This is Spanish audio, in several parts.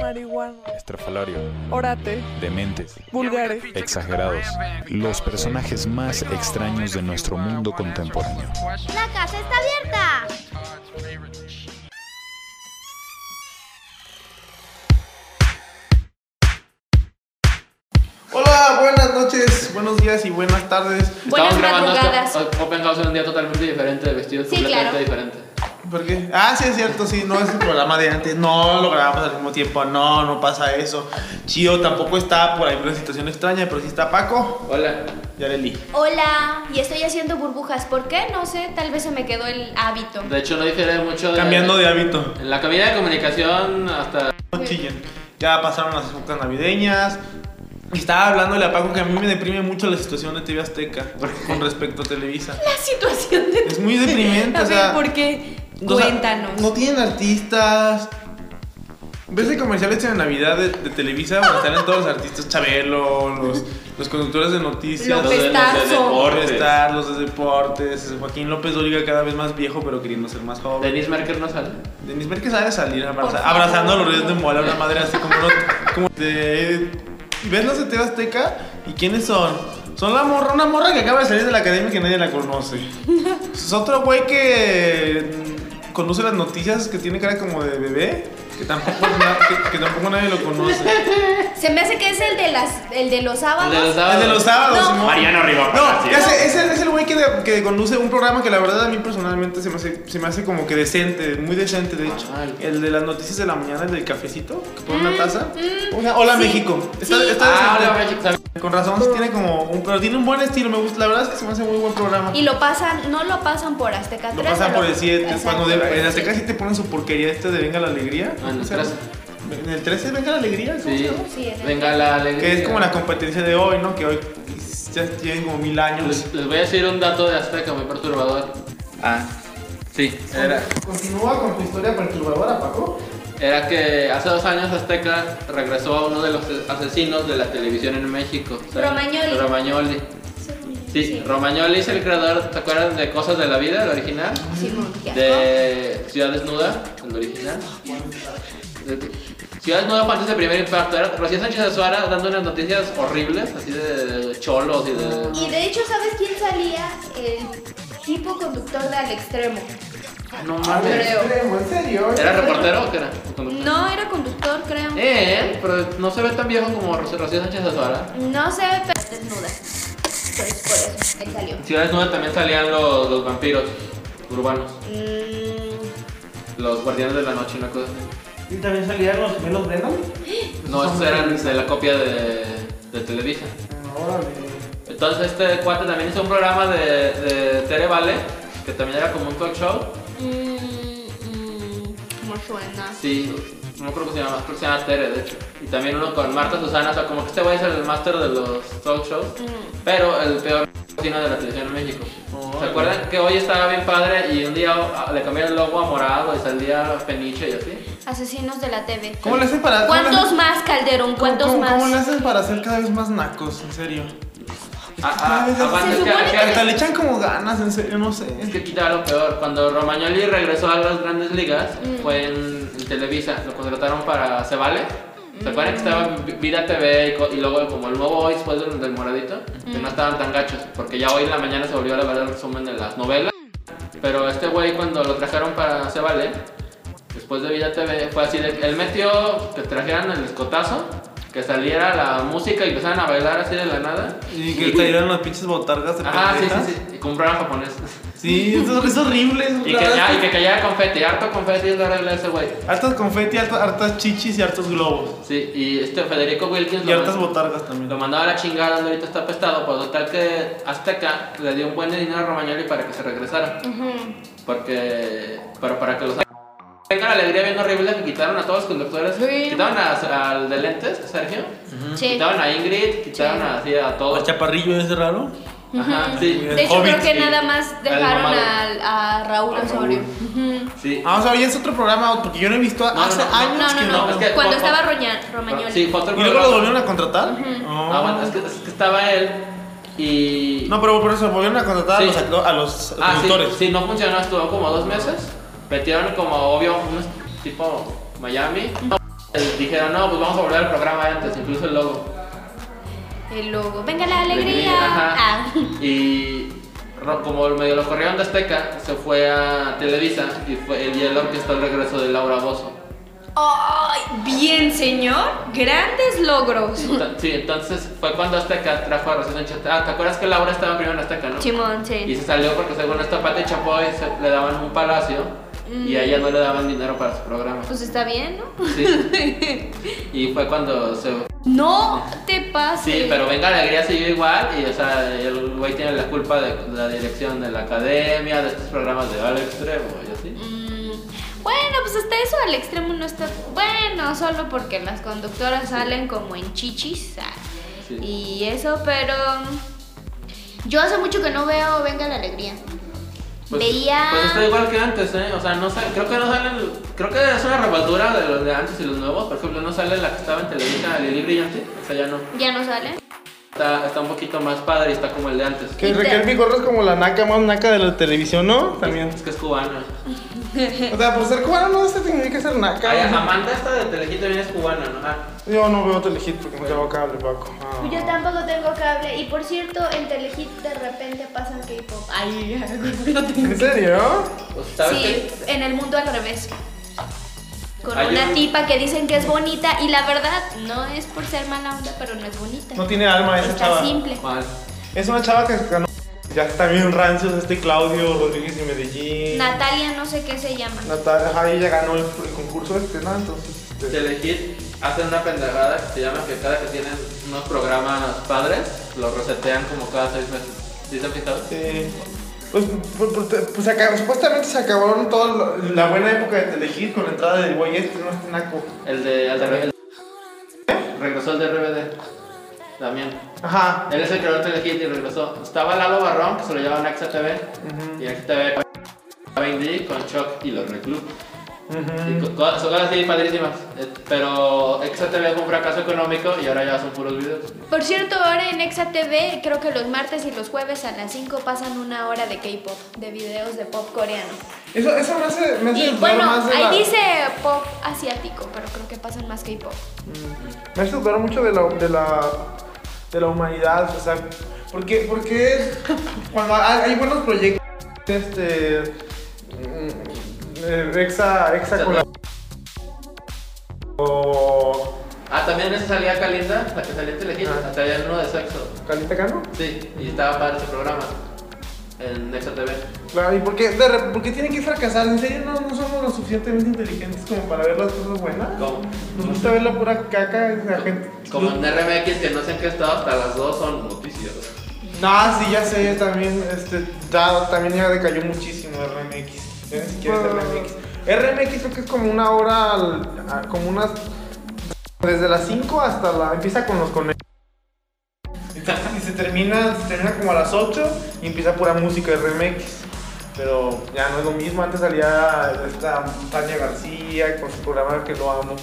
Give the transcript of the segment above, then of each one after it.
marihuana, Estrafalario, orate, dementes, vulgares, exagerados, los personajes más extraños de nuestro mundo contemporáneo. ¡La casa está abierta! Hola, buenas noches, buenos días y buenas tardes. Buenas Estamos grabando madrugadas. esto o- Open House en un día totalmente diferente, vestidos Sí, completamente claro. diferente. ¿Por qué? Ah, sí, es cierto, sí, no es el programa de antes. No lo grabamos al mismo tiempo, no, no pasa eso. Chio tampoco está por ahí en una situación extraña, pero sí está Paco. Hola. Yareli. Hola, y estoy haciendo burbujas. ¿Por qué? No sé, tal vez se me quedó el hábito. De hecho, no difiere mucho de. Cambiando de hábito. En la cabina de comunicación, hasta. No chillen. Ya pasaron las épocas navideñas. Y estaba hablándole a Paco que a mí me deprime mucho la situación de TV Azteca con respecto a Televisa. La situación de... Es muy deprimente, A o sea, ver, ¿por qué? O sea, Cuéntanos. no tienen artistas. ¿Ves de comerciales de Navidad de, de Televisa donde salen todos los artistas? Chabelo, los, los conductores de noticias, López los Tarso. de estar, los de deportes, Joaquín López Dóriga cada vez más viejo pero queriendo ser más joven. Denise Merker no sale. Denis Merkel sabe salir abraza- Por favor. abrazando a los ríos de Mola, una madre así como... no- como de- y ves los de TV Azteca y ¿quiénes son? Son la morra, una morra que acaba de salir de la academia y que nadie la conoce. Es otro güey que mm, conoce las noticias, que tiene cara como de bebé, que tampoco, na- que- que tampoco nadie lo conoce. Se me hace que es el de las el de los sábados. El de los sábados. El de los sábados, No. Simón. Mariano Rivera No, Palacio. ya sé, es el, es el güey que, de- que conduce un programa que la verdad a mí personalmente se me hace, se me hace como que decente, muy decente de hecho. Ah, el- El de las noticias de la mañana, el del cafecito, que pone Mm, una taza. Una- hola México. Está, sí. está Ah, decente. hola, Magic, ¿sabes? Con razón, sí tiene como un, pero tiene un buen estilo, me gusta. La verdad es que se me hace muy buen programa. Y lo pasan, no lo pasan por Azteca 3. Lo pasan por el 7, Exacto, cuando por de, el en Azteca sí siete. te ponen su porquería este de Venga la Alegría. Ah, en el ¿Se llama? 13. ¿En el 13 Venga la Alegría? ¿Cómo se Sí. llama? Sí, es el- Venga la alegría. Que es como la competencia de hoy, ¿no? Que hoy ya tienen como mil años. Les, les voy a decir un dato de Azteca muy perturbador. Ah. Sí, era, Continúa con tu historia perturbadora, Paco. era que hace dos años Azteca regresó a uno de los asesinos de la televisión en México. ¿sabes? Romagnoli. Romagnoli. Sí, Sí. Romagnoli es el creador, ¿te acuerdas de Cosas de la Vida, el original? Simón, qué asco. De Ciudad Desnuda, el original. De- Ciudad Desnuda, Juan de primer impacto. Era Rocío Sánchez Azuara dando unas noticias horribles, así de cholos y de. Y de hecho, ¿sabes quién salía? El tipo conductor de Al Extremo. No Creo. ¿En serio? ¿Era reportero o qué era? No era conductor, creo. Eh, pero no se ve tan viejo como Ro- Rocío Sánchez Azuara. No se ve pero desnuda. Entonces por eso ahí salió. En Ciudad Desnuda también salían los, los vampiros urbanos, Mm, los guardianes de la noche, una cosa así. ¿Y también salían los gemelos Venom? No, esos eran de la copia de, de Televisa. Ah, Órale. Entonces este cuate también hizo un programa de, de Tere Vale, que también era como un talk show. mm, mm, ¿Cómo suena? Sí, no creo que se llama, creo que se llama Tere, de hecho. Y también uno con Marta Susana, o sea, como que este güey es el máster de los talk shows, Mm. pero el peor cocina de la televisión en México. ¿Se Órale. acuerdan que hoy estaba bien padre y un día ah, le cambiaron el logo a morado y salía peniche y así? Asesinos de la TV. ¿Cómo le hacen para.? cómo le ¿Cuántos hacen- más, Calderón? ¿Cuántos cómo- más? ¿Cómo le hacen para ser cada vez más nacos? En serio. Ah, ah, Se aguanta, es que- supone es que- Hasta le echan como ganas, en serio, no sé. Es que quitaba lo peor. Cuando Romagnoli regresó a las grandes ligas, fue en, en Televisa. Lo contrataron para Se Vale. ¿Se acuerdan que estaba en Vi- Vida TV y co- y, luego como el nuevo hoy después del, del moradito? Que no estaban tan gachos. Porque ya hoy en la mañana se volvió a ver el resumen de las novelas. Pero este güey cuando lo trajeron para Se Vale, después de Vida TV, fue así de... Él metió que trajeran el escotazo, que saliera la música y empezaran a bailar así de la nada. Y que cayeron las pinches botargas de Ajá, sí, pendejas. sí, sí. Y compraron japonés. Sí, eso es horrible. eso, Y la que, verdad ah, es y que cayera confeti, harto confeti es la regla de ese güey. Hartas confeti, hartas, hartas chichis y hartos globos. Sí, y este Federico Wilkins Y lo, hartas mandó, botargas también. lo mandaba a la chingada, donde ahorita está apestado, por total que Azteca le dio un buen de dinero a Romagnoli para que se regresara. Porque, pero para que los... Tenga la alegría bien horrible que quitaron a todos los conductores, Sí. quitaron a- al de lentes, Sergio, Sí. quitaron a Ingrid, quitaron a, así a ¿O todos. chaparrillo ese raro? Ajá, sí. De hecho, Hobbit, creo que sí. nada más Al dejaron mamado. al- a Raúl A Raúl. Osorio. sí. Ah, o sea, ya es otro programa, porque yo no he visto No, hace no, no. No, años no, que no. no, es que- Cuando por- estaba por- Roña- Romagnoli. Sí, fue ¿Y otro luego lo programa. volvieron a contratar? Oh. Ah, bueno, es que, es que estaba él y... No, pero por eso volvieron a contratar Sí. a los, acto- a los Ah, sí, productores. sí, no funcionó, Mm. estuvo como dos meses. Metieron como, obvio, unos tipo Miami. Eh, Dijeron, no, pues vamos a volver al programa antes, incluso el logo. El logo. Venga la alegría. Ajá. Ah. Y ro- como medio lo corrieron de Azteca, se fue a Televisa y, fue, y él orquestó el regreso de Laura Bozo. Ay, bien, señor. Grandes logros. Ento- Sí, entonces fue cuando Azteca trajo a Rocío Sánchez. Ah, ¿te acuerdas que Laura estaba primero en Azteca, no? Chimón, Y sí. se salió porque según esta Pati Chapoy se- le daban un palacio y a ella no le daban dinero para su programa. Mm. Pues está bien, ¿no? Sí. y fue cuando se... No te pases. Sí, pero Venga Alegría siguió igual y, o sea, el güey tiene la culpa de la dirección de la academia, de estos programas de al extremo y así. Mm, Bueno, pues hasta eso al extremo no está. Bueno, solo porque las conductoras salen como en chichis ah, Sí. y eso, pero mm, yo hace mucho que no veo Venga la Alegría. Veía. Pues está igual que antes, ¿eh? O sea, no sale- creo que no salen. Creo que es una revoltura de los de antes y los nuevos. Por ejemplo, no sale la que estaba en Televisa, Lili Brillante. O sea, ya no. Ya no sale. Está, está un poquito más padre y está como el de antes. Que Raquel Vigorra es como la naca más naca de la televisión, ¿no? También. Es que es cubana. O sea, por ser cubano no se tiene que ser naca. Ay, Amanda, esta de Telehit también es cubana, ¿no? Ah, Yo no veo Telehit porque no tengo cable, Paco. Ah. Yo tampoco tengo cable. Y por cierto, en Telehit de repente pasan K-pop. Ay, ¿En serio? pues, ¿sabes Sí, qué? en el mundo al revés. Con Hay una un- tipa que dicen que es bonita y la verdad no es por ser mala onda, pero no es bonita. No tiene alma esa Está chava. simple. Mal. Es una chava que ganó. Ya está bien rancios este Claudio Rodríguez de Medellín. Natalia no sé qué se llama. Natalia, ajá, ella ganó el, el concurso este, ¿no? Entonces, este, Telehit hacen una pendejada que se llama que cada que tienen unos programas padres, los resetean como cada seis meses. ¿Sí te has fijado? eh, pues, pues, pues, pues, se acabó- supuestamente se acabaron toda la, la buena época de Telehit con la entrada del güey este, no este naco. El de, el de el- Regresó el de RBD. También. Ajá. Él es el creador de Telehit y regresó. Estaba Lalo Barrón, que se lo llamaban Axa TV. Y Axa TV estaba Indy con Chuck y los Reclub. Y co- co- son cosas así padrísimas. Eh, Pero Axa TV fue un fracaso económico y ahora ya son puros videos. Por cierto, ahora en Exa TV, creo que los martes y los jueves a las 5 pasan una hora de K-pop, de videos de pop coreano. Eso, esa frase me hace Y dudar bueno, más de la- ahí dice pop asiático, pero creo que pasan más K-pop. Me hace dudar mucho de la, de la, de la humanidad, o sea, porque, porque cuando hay, hay buenos proyectos, este, mm, eh, exa, exa con la... o Ah, también esa salía Calinda, la que salía en Telehit. Ah. Salía en uno de sexo. Calita Cano. Sí, y estaba padre ese programa. En Axa TV. Claro, ¿y por qué, de re- por qué tienen que fracasar? ¿En serio no, no somos lo suficientemente inteligentes como para ver las cosas buenas? ¿Cómo? Nos gusta ver la pura caca de la gente. Como en RMX, que no sé en qué estado, hasta las dos son noticias. No, sí, ya sé, también, este, ya, también ya decayó muchísimo RMX. Ya ni siquiera es RMX. RMX creo que es como una hora, al- a- como unas, desde las 5 hasta la, empieza con los conectos. Y se termina, se termina como a las 8 y empieza pura música RMX. Pero ya no es lo mismo, antes salía esta Tania García con su programa que lo amo,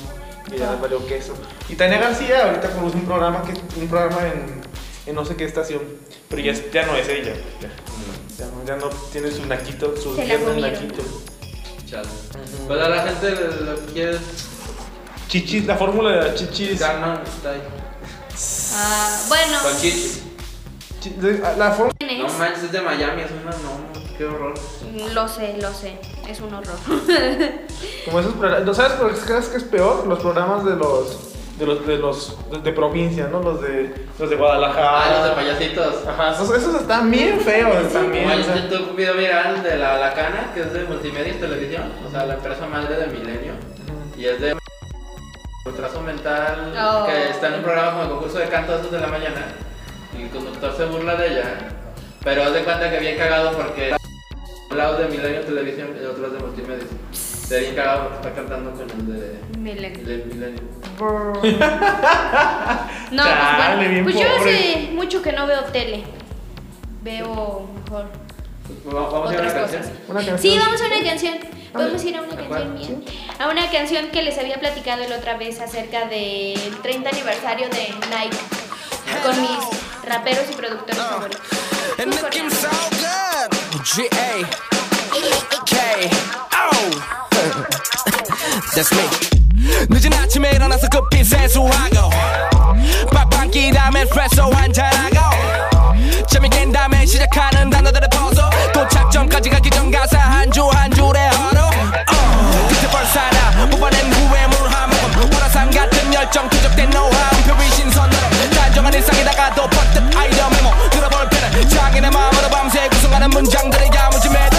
que ya valió queso. Y Tania García ahorita produce un programa que un programa en, en no sé qué estación, pero ya, es- ya no es ella. Ya, ya no, ya no tiene su naquito, su Se la tierno comieron. naquito. Chale. Pues a la gente lo que quiere es Chichis, la fórmula de las chichis. Gangnam Style. Ah, bueno, Con chichis. chi- de- La fórmula ¿quién No es? manches, es de Miami, es una no, qué horror. Lo sé, lo sé, es un horror. Como esos programas, ¿no sabes por qué crees que es peor? Los programas de los de los de los de, de provincia, ¿no? Los de los de Guadalajara. Ah, los de payasitos. Ajá, esos, esos están bien feos también. Como o hay sea. un video viral de la Lacana, que es de Multimedia y Televisión, o sea, la empresa madre de Milenio. Y es de retraso mental, Oh. que está en un programa como el concurso de canto a las dos de la mañana. Y el conductor se burla de ella, pero haz de cuenta que bien cagado porque un lado de Milenio Televisión y el otro es de Multimedia. Está bien cagado porque está cantando con el de... Me le- De Milenio. No, Chale, pues, bueno, bien pues yo pobre. hace mucho que no veo tele. Veo mejor Pues, Vamos a ir a otras una cosas. canción. Una canción. Sí, vamos a una canción. Vamos a ir a ¿A una cuál? canción mía. A una canción que les había platicado la otra vez acerca del 30 aniversario de Nike con mis raperos y productores favoritos. And Muy it coreano. gives so good. G A K O. That's me. 늦은 아침에 일어나서 급히 세수하고 밥한 끼 다음에 프레소 한잔하고 잠이 깬 다음에 시작하는 단어들의 퍼서 도착점까지 가기 전 가사 한 줄 한 줄의 하루 그때 벌써 알아 뽑아낸 후에 물한 모금 보라산 같은 열정 누적된 노하우 표비 신선으로 단정한 일상에다가도 퍼뜩 아이디어 메모 들어볼 때는 장인의 마음으로 밤새 구성하는 문장들의 야무짐에도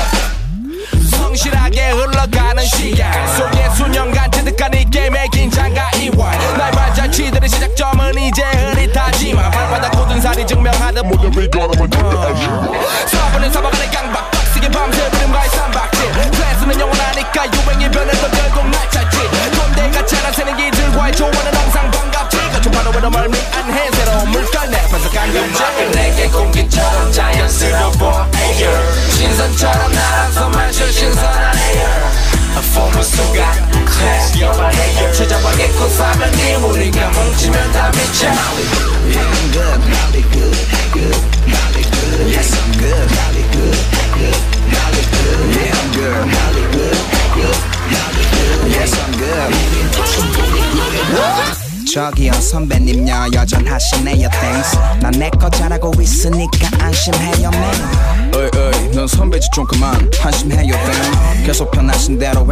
성실하게 흘러가는 시간 속에 수년간 체득한 이 게임의 긴장과 이완 날 발자취들의 시작점은 이제 흐릿하지만 발바닥 굳은 살이 증명하듯 무릎을 걸음을 사부는 사막안의 강박 빡세게 밤새 부림과의 삼박질 클래스는 영원하니까 유행이 변해도 결국 날 찾지 꼰대같이 하나 새는 기들과의 조언은 항상 반갑지 거친 바로 외로 멀미안해 새로운 물결 내 앞에서 감격질 음악은 내게 공기처럼 자연스러워 air 신선처럼 날아서 마셔 신선한 air 폼을 속아 class your hair 최저하게 고사면 네 우리가 뭉치면 다 미쳐 저기요 선배님요 여전하시네요 땡스 난내거 잘하고 있으니까 안심해요 man 어이 어이 넌 선배지 좀 그만 한심해요 땡 계속 편하신 대로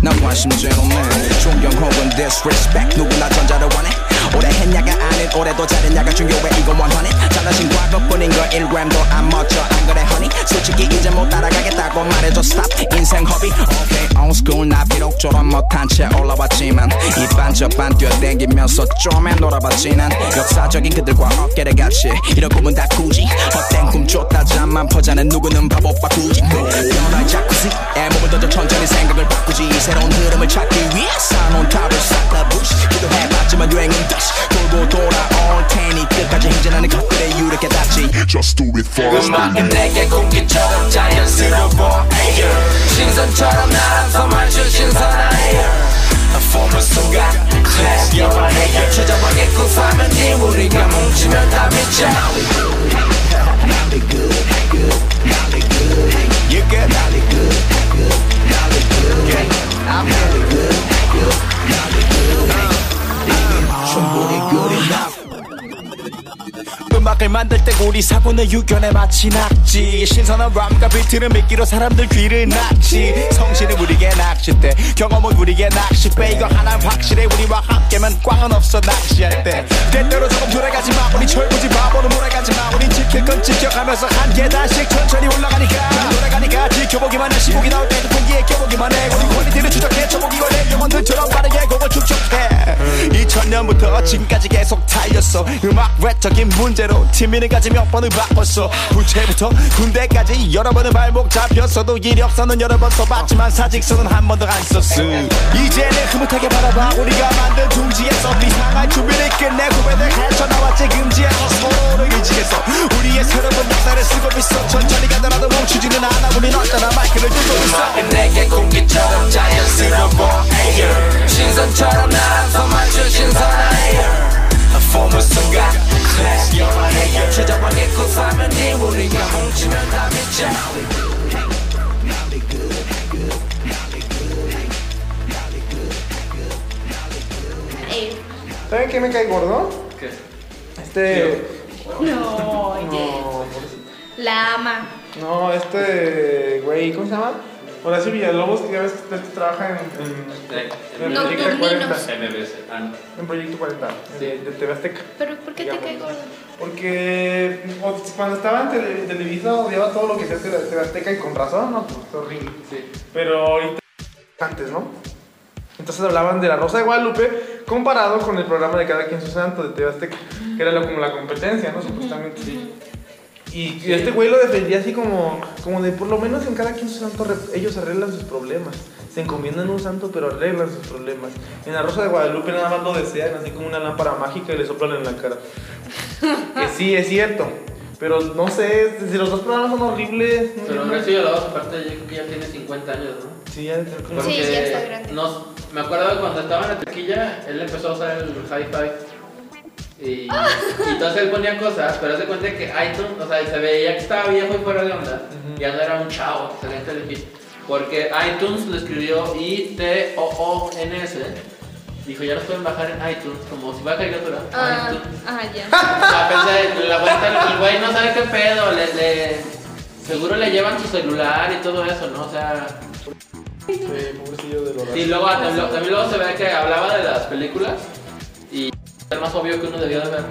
해난 관심제로 man 존경 혹은 disrespect 누구나 전자를 원해 오래 했냐가 아닌 올해도 잘했냐가 중요해 이거 원하네 잘하신 과거뿐인 거 1g도 안 멋져 안 그래 허니 솔직히 이제 못 따라가겠다고 말해줘 stop 인생 허비 오케이 okay, 온스쿨 나 비록 졸업 못한 채 올라왔지만 이반저반 뛰어댕기면서 좀해 놀아봤지 난 역사적인 그들과 어깨를 같이 이런 꿈은 다 굳이 헛된 꿈 쫓다 잠만 퍼자는 누구는 바보 바꾸지 변화의 자쿠지 애 몸을 던져 천천히 생각을 바꾸지 새로운 흐름을 찾기 위해 쌓아놓은 탑을 쌓다 부시 기도해봤지만 유행은 다시 돌고 돌아올 테니 끝까지 행진하는 것들의 유를 깨닫지 Just do it for us. 음악은 내게 공기처럼 자연스러워 air 신선처럼 날아서 마주 신선한 air 폼을 속아 class your hair 최저하게 구사하면 네 우리가 뭉치면 다 미쳐 음악을 만들 때 우리 사고는 유견에 마치 낙지 신선한 람과 비트를 미끼로 사람들 귀를 낙지 성실은 우리게 낚싯대 경험은 우리게 낚싯배 이거 하나 확실해 우리와 함께면 꽝은 없어 낚시할 때 때때로 조금 돌아가지마 우리 철부지 바보로 몰아가지마 우린 지킬 건 지켜가면서 한 계단씩 천천히 올라가니까 돌아가니까 지켜보기만 해 시국이 나올 때도 공기에 껴보기만 해 우리 퀄리티를 추적해 쳐보기 원해 영혼들처럼 빠르게 곡을 축적해 2000년부터 지금까지 계속 달렸어 음악 외적인 문제로 팀이는까지 몇 번을 바꿨어 부채부터 군대까지 여러 번의 발목 잡혔어도 이력서는 여러 번 써봤지만 사직서는 한 번도 안 썼어 이제는 흐뭇하게 바라봐 우리가 만든 둥지에서 비상한 준비를 끝내 후배들 헤쳐나와 지금지에서 서로를 의지해서 우리의 새로운 역사를 쓰고 있어 천천히 가더라도 멈추지는 않아 우린 어쩌나 마이크를 들고 있어 내게 공기처럼 자연스러워 air 신선처럼 날아서 마주 신선한 air 폼을 속아 class your hair 최저방에 구사하면 네 우리가 뭉치면 다 미쳐 Eh, ¿Saben qué me cae gordo? ¿Qué? Este. no, oye. No, La ama. no, este. Güey, ¿cómo se llama? Horacio Villalobos, que ya ves que este trabaja en. en- en No, Proyecto Nocturninos. 40. MBC. Ah, no. En Proyecto 40, de, de TV Azteca. ¿Pero por qué te cae gordo? Porque o- cuando estaba en tele- Televisa odiaba todo lo que hacía TV TV Azteca y con razón, ¿no? Pues horrible. Sí. Pero ahorita. Antes, ¿no? Entonces hablaban de la Rosa de Guadalupe comparado con el programa de Cada Quien Su Santo de TV Azteca, que era lo- como la competencia, ¿no? Supuestamente. Y y este güey lo defendía así como, como de por lo menos en cada quien su santo re- ellos arreglan sus problemas. Se encomiendan a un santo pero arreglan sus problemas. En la Rosa de Guadalupe nada más lo desean así como una lámpara mágica y le soplan en la cara. que sí, es cierto. Pero no sé, si los dos programas son horribles. no Pero sé. Horacio Villalobos, aparte, yo creo que ya tiene 50 años, ¿no? Sí, ya creo que no. Porque ya está grande. nos- me acuerdo que cuando estaba en la taquilla, él empezó a usar el hi-fi. Y, Ah. y entonces él ponía cosas, pero se cuenta que iTunes, o sea, se veía que estaba viejo y fuera de onda. Ya no era un chavo, que salía en Telehit. Porque iTunes lo escribió I-T-O-O-N-S. Dijo, ya los pueden bajar en iTunes, como si fuera caricatura. Ah, iTunes. ajá, ya. La pensé, la vuelta, el güey no sabe qué pedo, le, le- seguro le llevan su celular y todo eso, ¿no? O sea, Sí, pobrecillo de los y luego también, luego- también luego se ve que hablaba de las películas y era más obvio que uno debía de ver.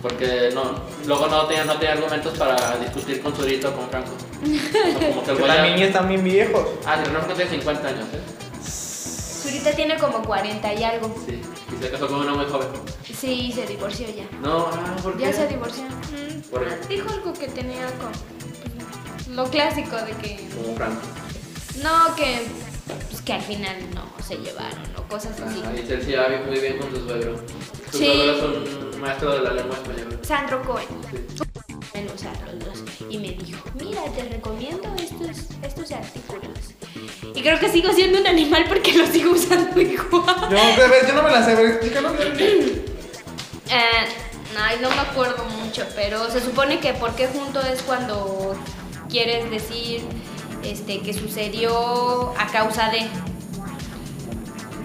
Porque no, luego no tenía, no tenía argumentos para discutir con Zurito o con Franco. O sea, como que el güey. También ya- están bien viejos. Ah, sí, Franco tiene 50 años, ¿eh? Zurita tiene como 40 y algo. Sí. Y se casó con una muy joven. Sí, se divorció ya. No, ah, ¿por qué? Ya se divorció. Mm, ¿Por qué? dijo algo que tenía con lo clásico de que Como Franco. no que pues que al final no se llevaron o cosas así. Ah, y Chelsea va bien- muy bien con tus suegro. Tus Sí. suegros son un maestro de la lengua española. Sandro Cohen. Sí. Bueno, o sea, los dos. Y me dijo, mira, te recomiendo estos, estos artículos. Y creo que sigo siendo un animal porque los sigo usando igual. Yo, a ver, yo no me la sé, a ver, explícalo. Eh, ay, no me acuerdo mucho, pero se supone que por qué junto es cuando quieres decir este, que sucedió a causa de.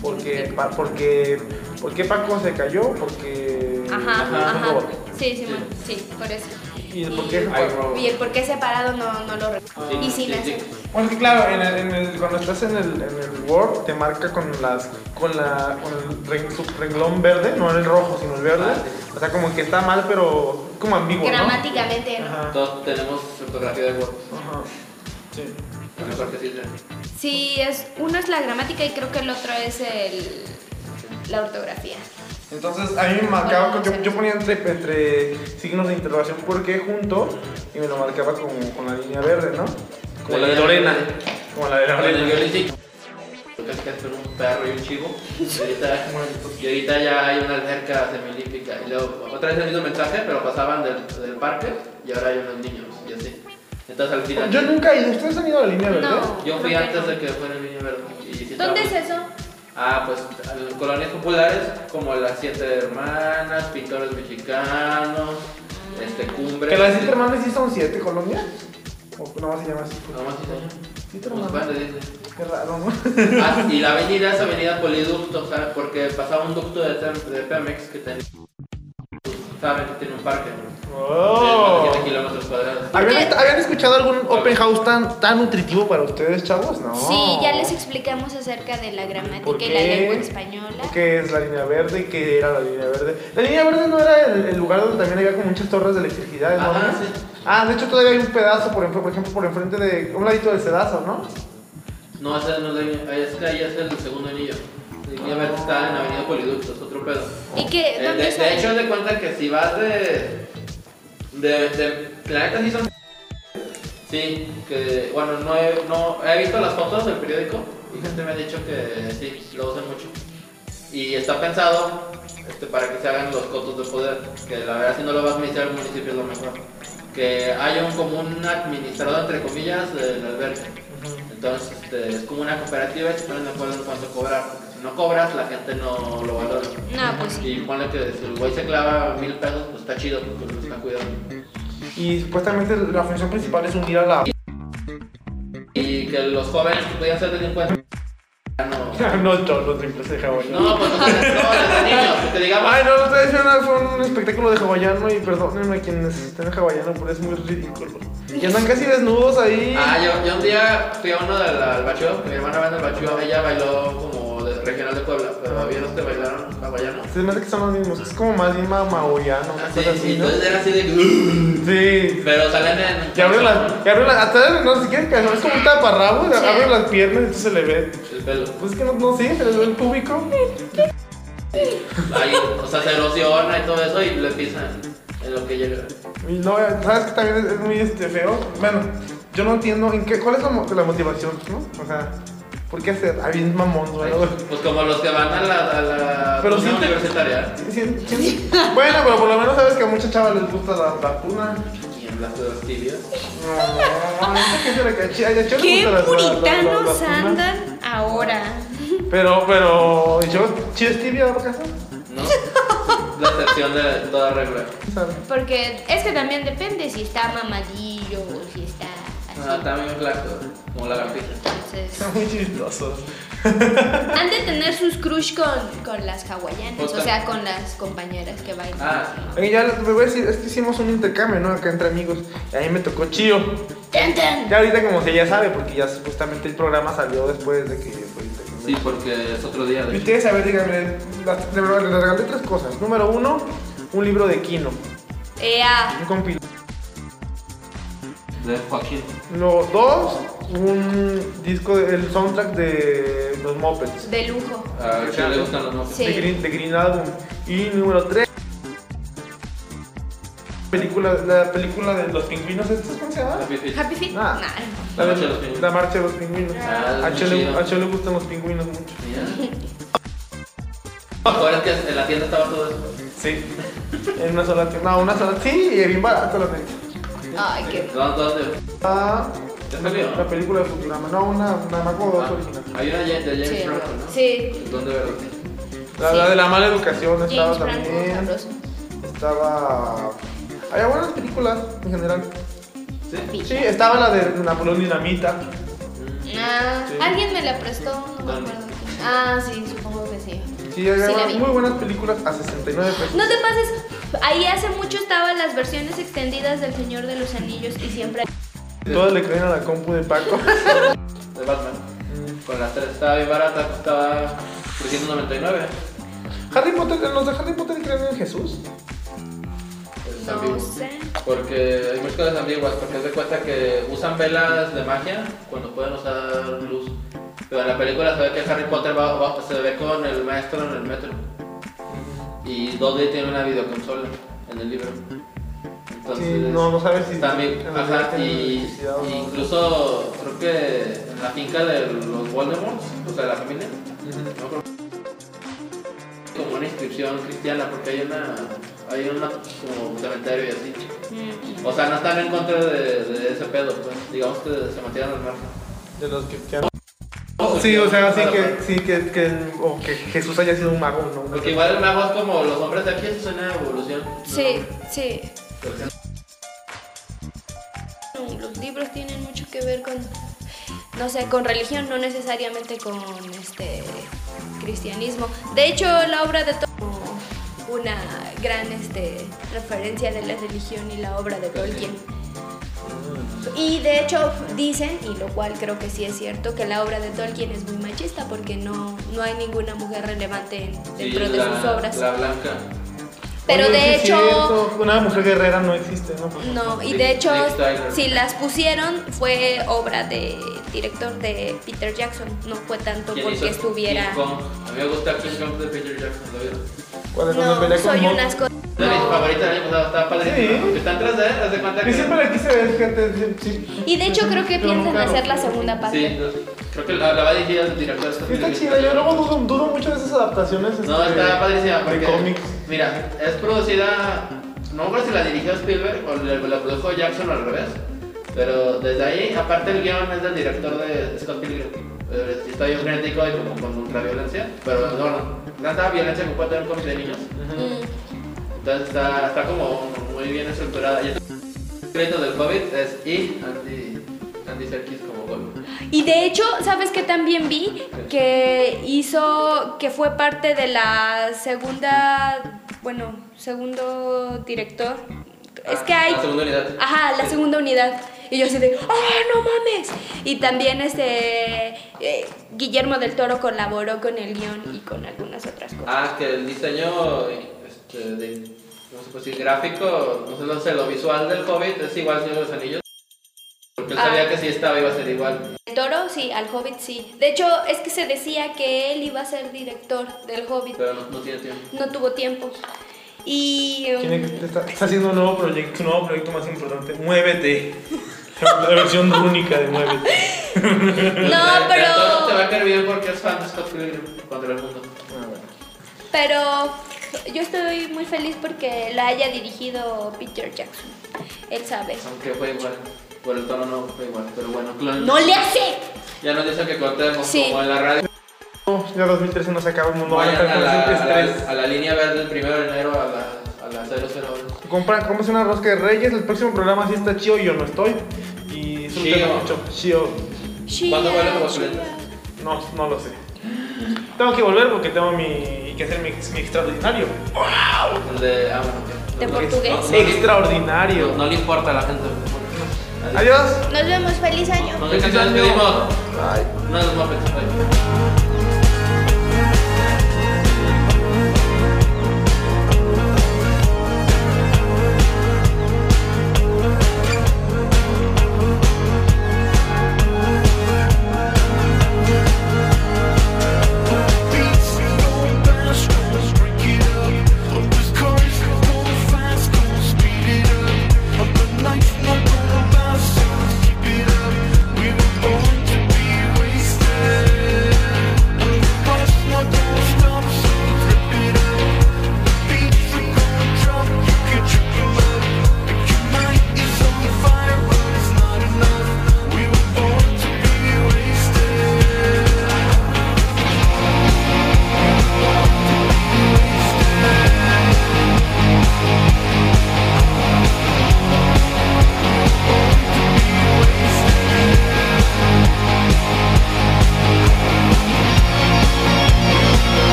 Porque, pa- porque, porque Paco se cayó, porque. Ajá, ajá. no. Sí, sí, bueno, sí, por eso. ¿Y el por qué? Y- Ay, no. y el por qué separado no, no lo recuerdo. y sin sí, hacer. sí. Bueno, es que claro, en el- en el- cuando estás en el, en el Word te marca con las con la con el ren- su- renglón verde, no el rojo, sino el verde. Ah, sí. O sea, como que está mal, pero es como ambiguo, ¿no? Gramáticamente, ¿no? Ajá. Todos tenemos fotografía de Word. Ajá. Sí. A lo mejor que sí, sí. Sí, es, uno es la gramática y creo que el otro es el, la ortografía. Entonces a mí me marcaba, yo, yo ponía entre, entre signos de interrogación por qué junto y me lo marcaba con, con la línea verde, ¿no? Como la de Lorena. Como la de Bueno, yo Lorena. les digo. Yo creo que es por un perro y un chivo. Y ahorita, y ahorita ya hay una alberca semiolímpica. Y luego, otra vez el mismo mensaje, pero pasaban del, del parque y ahora hay unos niños y así. Entonces al final. Yo nunca he ido, ¿ustedes han ido a la línea verde? No. Yo Creo fui que antes no. de que fuera el niño verde. y sí estaba ¿Dónde muy- es eso? Ah, pues a las colonias populares como las siete hermanas, pintores mexicanos, este cumbre. Que las siete hermanas sí son siete colonias. O nomás se llama así. No más Siete Como se hermanas. puede decir. Qué raro, ¿no? Pues, Ah, y la avenida es avenida Poliducto, ¿sabes? Porque pasaba un ducto de, Tem- de Pemex que tenía. Saben que tiene un parque. De Oh. 7 kilómetros cuadrados. ¿Habían, habían escuchado algún open house tan, tan nutritivo para ustedes, chavos? No. Sí, ya les explicamos acerca de la ¿Por gramática qué? y la lengua española. ¿Qué es la línea verde y qué era la línea verde? La línea verde no era el, el lugar donde también había como muchas torres de electricidad, ¿no? Ajá, sí. Ah, de hecho todavía hay un pedazo, por ejemplo, por ejemplo, por enfrente de un ladito del sedazo, ¿no? No, ese no es la- ahí es que ahí es el segundo anillo. Y a ver, está en avenida Poliducto, es otro pedo. ¿Y qué? Eh, ¿Dónde de, son? de hecho, haz de cuenta que si vas de. de. de. La neta sí son. Sí, que. bueno, no he, no, he visto las fotos del periódico y gente me ha dicho que sí, lo usan mucho. Y está pensado este, para que se hagan los cotos de poder, que la verdad si no lo va a administrar el municipio es lo mejor. Que haya un común administrador, entre comillas, del albergue. Entonces este, es como una cooperativa y se ponen de acuerdo en cuánto cobrar. porque Si no cobras, la gente no lo valora. No, pues sí. Y ponle que si el güey se clava mil pesos, pues está chido, porque lo está cuidando. Y supuestamente la función principal es unir a la... Y que los jóvenes que podían ser delincuentes. ya No, no, yo, los triples de hawaiano. no, pues no, desde niños, que digamos. Ay, no, no estoy diciendo nada, fue un espectáculo de hawaiano y perdónenme a quienes estén en hawaiano, pero es muy ridículo. Y andan casi desnudos ahí. Ah, yo, yo un día fui a uno del al bacheo, que mi hermana va en el bacheo, ella bailó como de, regional de Puebla, pero había los que bailaron hawaiano. Se me hace que son los mismos, es como más bien ma- maoyano, una Así, cosa así, y ¿no? entonces era así de. que- Sí. Pero salen en. Y abren las, y abren las, hasta no sé qué, es como un taparrabos, Sí. abren las piernas y entonces se le ve. El pelo. Pues es que no, no sé, se le ve el público. Ahí, o sea, se erosiona y todo eso y le pisan en lo que llega. Y no, sabes que también es, es muy este, feo. Bueno, yo no entiendo en qué, cuál es la, mo- la motivación, ¿no? O sea, ¿por qué hacer? Ah, bien mamón, güey. Pues como los que van a la, a la Pero cuna sí te- universitaria. Sí, sí, sí. Bueno, pero por lo menos sabes que a muchas chavas les gusta la vacuna. Y en las dos tibias. No, ¿qué se le caché? Ay, a Cheo le ¿Qué gustan las- las- las- las puritanos vacunas. andan ahora? Pero, pero, ¿y yo, Cheo es tibio de casa? ¿No? La excepción de toda regla. ¿Sabe? Porque es que Ah, también depende si está mamadillo o si está así. Ah, también flaco. como lagartijas. Entonces, Muy chistosos. han de tener sus crush con, con las hawaianas, Justo. o sea, con las compañeras que bailan. Ah, Oye, ya les voy a decir, es que hicimos un intercambio, ¿no? Acá entre amigos. Y a mí me tocó Chío. ¡Tan, tan! Ya ahorita como se ya sabe, porque ya justamente el programa salió después de que fue el intercambio. sí, porque es otro día Y de hecho. ustedes, a ver, díganme, las- le regalé- le regalé tres cosas. Número uno, un libro de Kino, Ea, un compil. de Joaquín. Lo dos, un disco, el soundtrack de los Muppets, de lujo. A Chile le gustan los mofos. Sí. de, Green, de Green Album. Y número tres, película, la película de los pingüinos, ¿estos cómo se llama? Happy Feet. Happy Feet. Ah. Nah. La, La marcha de los pingüinos. la marcha de los pingüinos. Ah, a muy Chelo chido. a Chelo le gustan los pingüinos mucho. Mira. Ahora que en la tienda estaba todo eso. Sí. En una sola tienda. No, una sola. Sí, y bien barato la neta. Ay, qué. ¿Dó- ¿Dónde? Ah, ¿Ya salió? La película de Futurama. No, una, una Maco 2 Ah, original. Hay una ya- de James Sí. Franco, ¿no? Sí. ¿Dónde verdad? La, la de la mala educación estaba James Franco, también. sabroso. Estaba. Había buenas películas en general. Sí. Sí, estaba la de Napoleón Dinamita. Ah, Sí. alguien me la prestó, no Dani. me acuerdo quién. Ah, sí, supongo que sí. Sí, había Sí, la buenas- vi. muy buenas películas a 69 pesos. No te pases, ahí hace mucho estaban las versiones extendidas del Señor de los Anillos y siempre... Todas le creen a la compu de Paco. De Batman. Mm. Con las tres. Estaba bien barata, costaba 399. Harry Potter, los de Harry Potter creen en Jesús. Es No ambiguo. sé. Porque hay muchas cosas ambiguas, porque haz de cuenta que usan velas de magia cuando pueden usar luz. Pero en la película se ve que Harry Potter va- va- se ve con el maestro en el metro. Y Dudley tiene una videoconsola en el libro. Entonces, Sí, no, no sabes si- También, en realidad ajá, tienen y, electricidad o no. incluso creo que en la finca de los Voldemorts, o sea, la familia, no creo- como una inscripción cristiana, porque hay una, hay una como un cementerio y así. Mm. O sea, no están en contra de, de ese pedo, pues. Digamos que se mantienen al margen. De los que Sí, o sea, sí que, sí, que, que, o que Jesús haya sido un mago, ¿no? Porque igual el mago es como los hombres de aquí, eso es una evolución. Sí, sí. Por ejemplo, Los libros tienen mucho que ver con, no sé, con religión, no necesariamente con este cristianismo. De hecho, la obra de Tolkien una gran este, referencia de la religión y la obra de Tolkien. Y de hecho dicen, y lo cual creo que sí es cierto, que la obra de Tolkien es muy machista porque no, no hay ninguna mujer relevante en- sí, dentro de la- sus obras. La blanca. Pero Oye, de sí es hecho... cierto, una mujer guerrera no existe, ¿no? No, y Dick- de hecho, Dick Tyler. si las pusieron fue obra de director de Peter Jackson, no fue tanto ¿Quién porque hizo estuviera. King Kong. A mí me gusta King Kong de Peter Jackson, lo vieron. ¿Cuál es donde No, pelea con soy Mob? unas cosas. De mis favoritas del año pasado, estaba padrísimo. Sí. Porque están tras de él, haz de cuenta Y que. siempre la quise ver, fíjate. sí, sí. Y de hecho creo que Pero piensan nunca- hacer la segunda parte. Sí, creo que la, la va a dirigir el director. Sí, Está chida, yo luego dudo, dudo mucho de esas adaptaciones. No, este, está padrísima De porque, cómics. mira, es producida, no me acuerdo si la dirigió Spielberg o le- la produjo Jackson al revés, pero desde ahí, aparte el guión es del director de Scott Pilgrim, Eh, está bien frenético y como con ultraviolencia, pero no, no, tanta violencia que puede tener un cómic de niños, Mm, entonces está, está como muy bien estructurada. Y el crédito del COVID es I, Andy, Andy Serkis como Gollum. Y de hecho, ¿sabes qué también vi? Que hizo, que fue parte de la segunda, bueno, segundo director. Es que hay Ah, La segunda unidad. Ajá, la Sí. segunda unidad. Y yo así de, ¡ah, no mames! Y también este eh, Guillermo del Toro colaboró con el guión y con algunas otras cosas. Ah, que el diseño este, de, no sé, pues, sí, gráfico, no sé, no sé, lo visual del Hobbit es igual Señor de los Anillos. Porque él Ah. sabía que si estaba iba a ser igual. Del Toro, sí, al Hobbit sí. De hecho, es que se decía que él iba a ser director del Hobbit. Pero no, no tiene tiempo. No tuvo tiempo. Y... um, Tiene que- está, está haciendo un nuevo proyecto, un nuevo proyecto más importante. Muévete. La versión única de Muévete. no, Todo te va pero... a caer bien porque es fan de Scott Pilgrim contra el mundo. Pero yo estoy muy feliz porque la haya dirigido Peter Jackson. Él sabe. Aunque fue igual. Por el tono no fue igual. Pero bueno, clon. ¡No le hace! Ya nos dice que contemos Sí. como en la radio. No, ya 2013 no se acaba el mundo. vayan a la, a, la, estrés. a la línea verde el primero de enero a las a las 00 horas. Compran, comes una rosca de reyes. El próximo programa sí está chido y yo no estoy. Y disfruten Chío. mucho. Chío. Chía, ¿Cuándo vuelve Guasuleta? chía. No, no lo sé. Tengo que volver porque tengo mi, que hacer mi, mi extraordinario. El de. Ah, bueno. De No, portugués. no, no, Extraordinario. No, no le importa a la gente. Adiós. Nos vemos, feliz año. Nos despedimos. No nos mopeds, bye.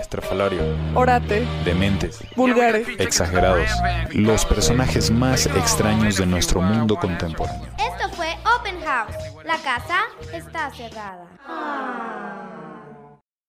Estrafalario. orate, Dementes. vulgare. Exagerados. Los personajes más extraños de nuestro mundo contemporáneo. Esto fue Open House. La casa está cerrada. Ah.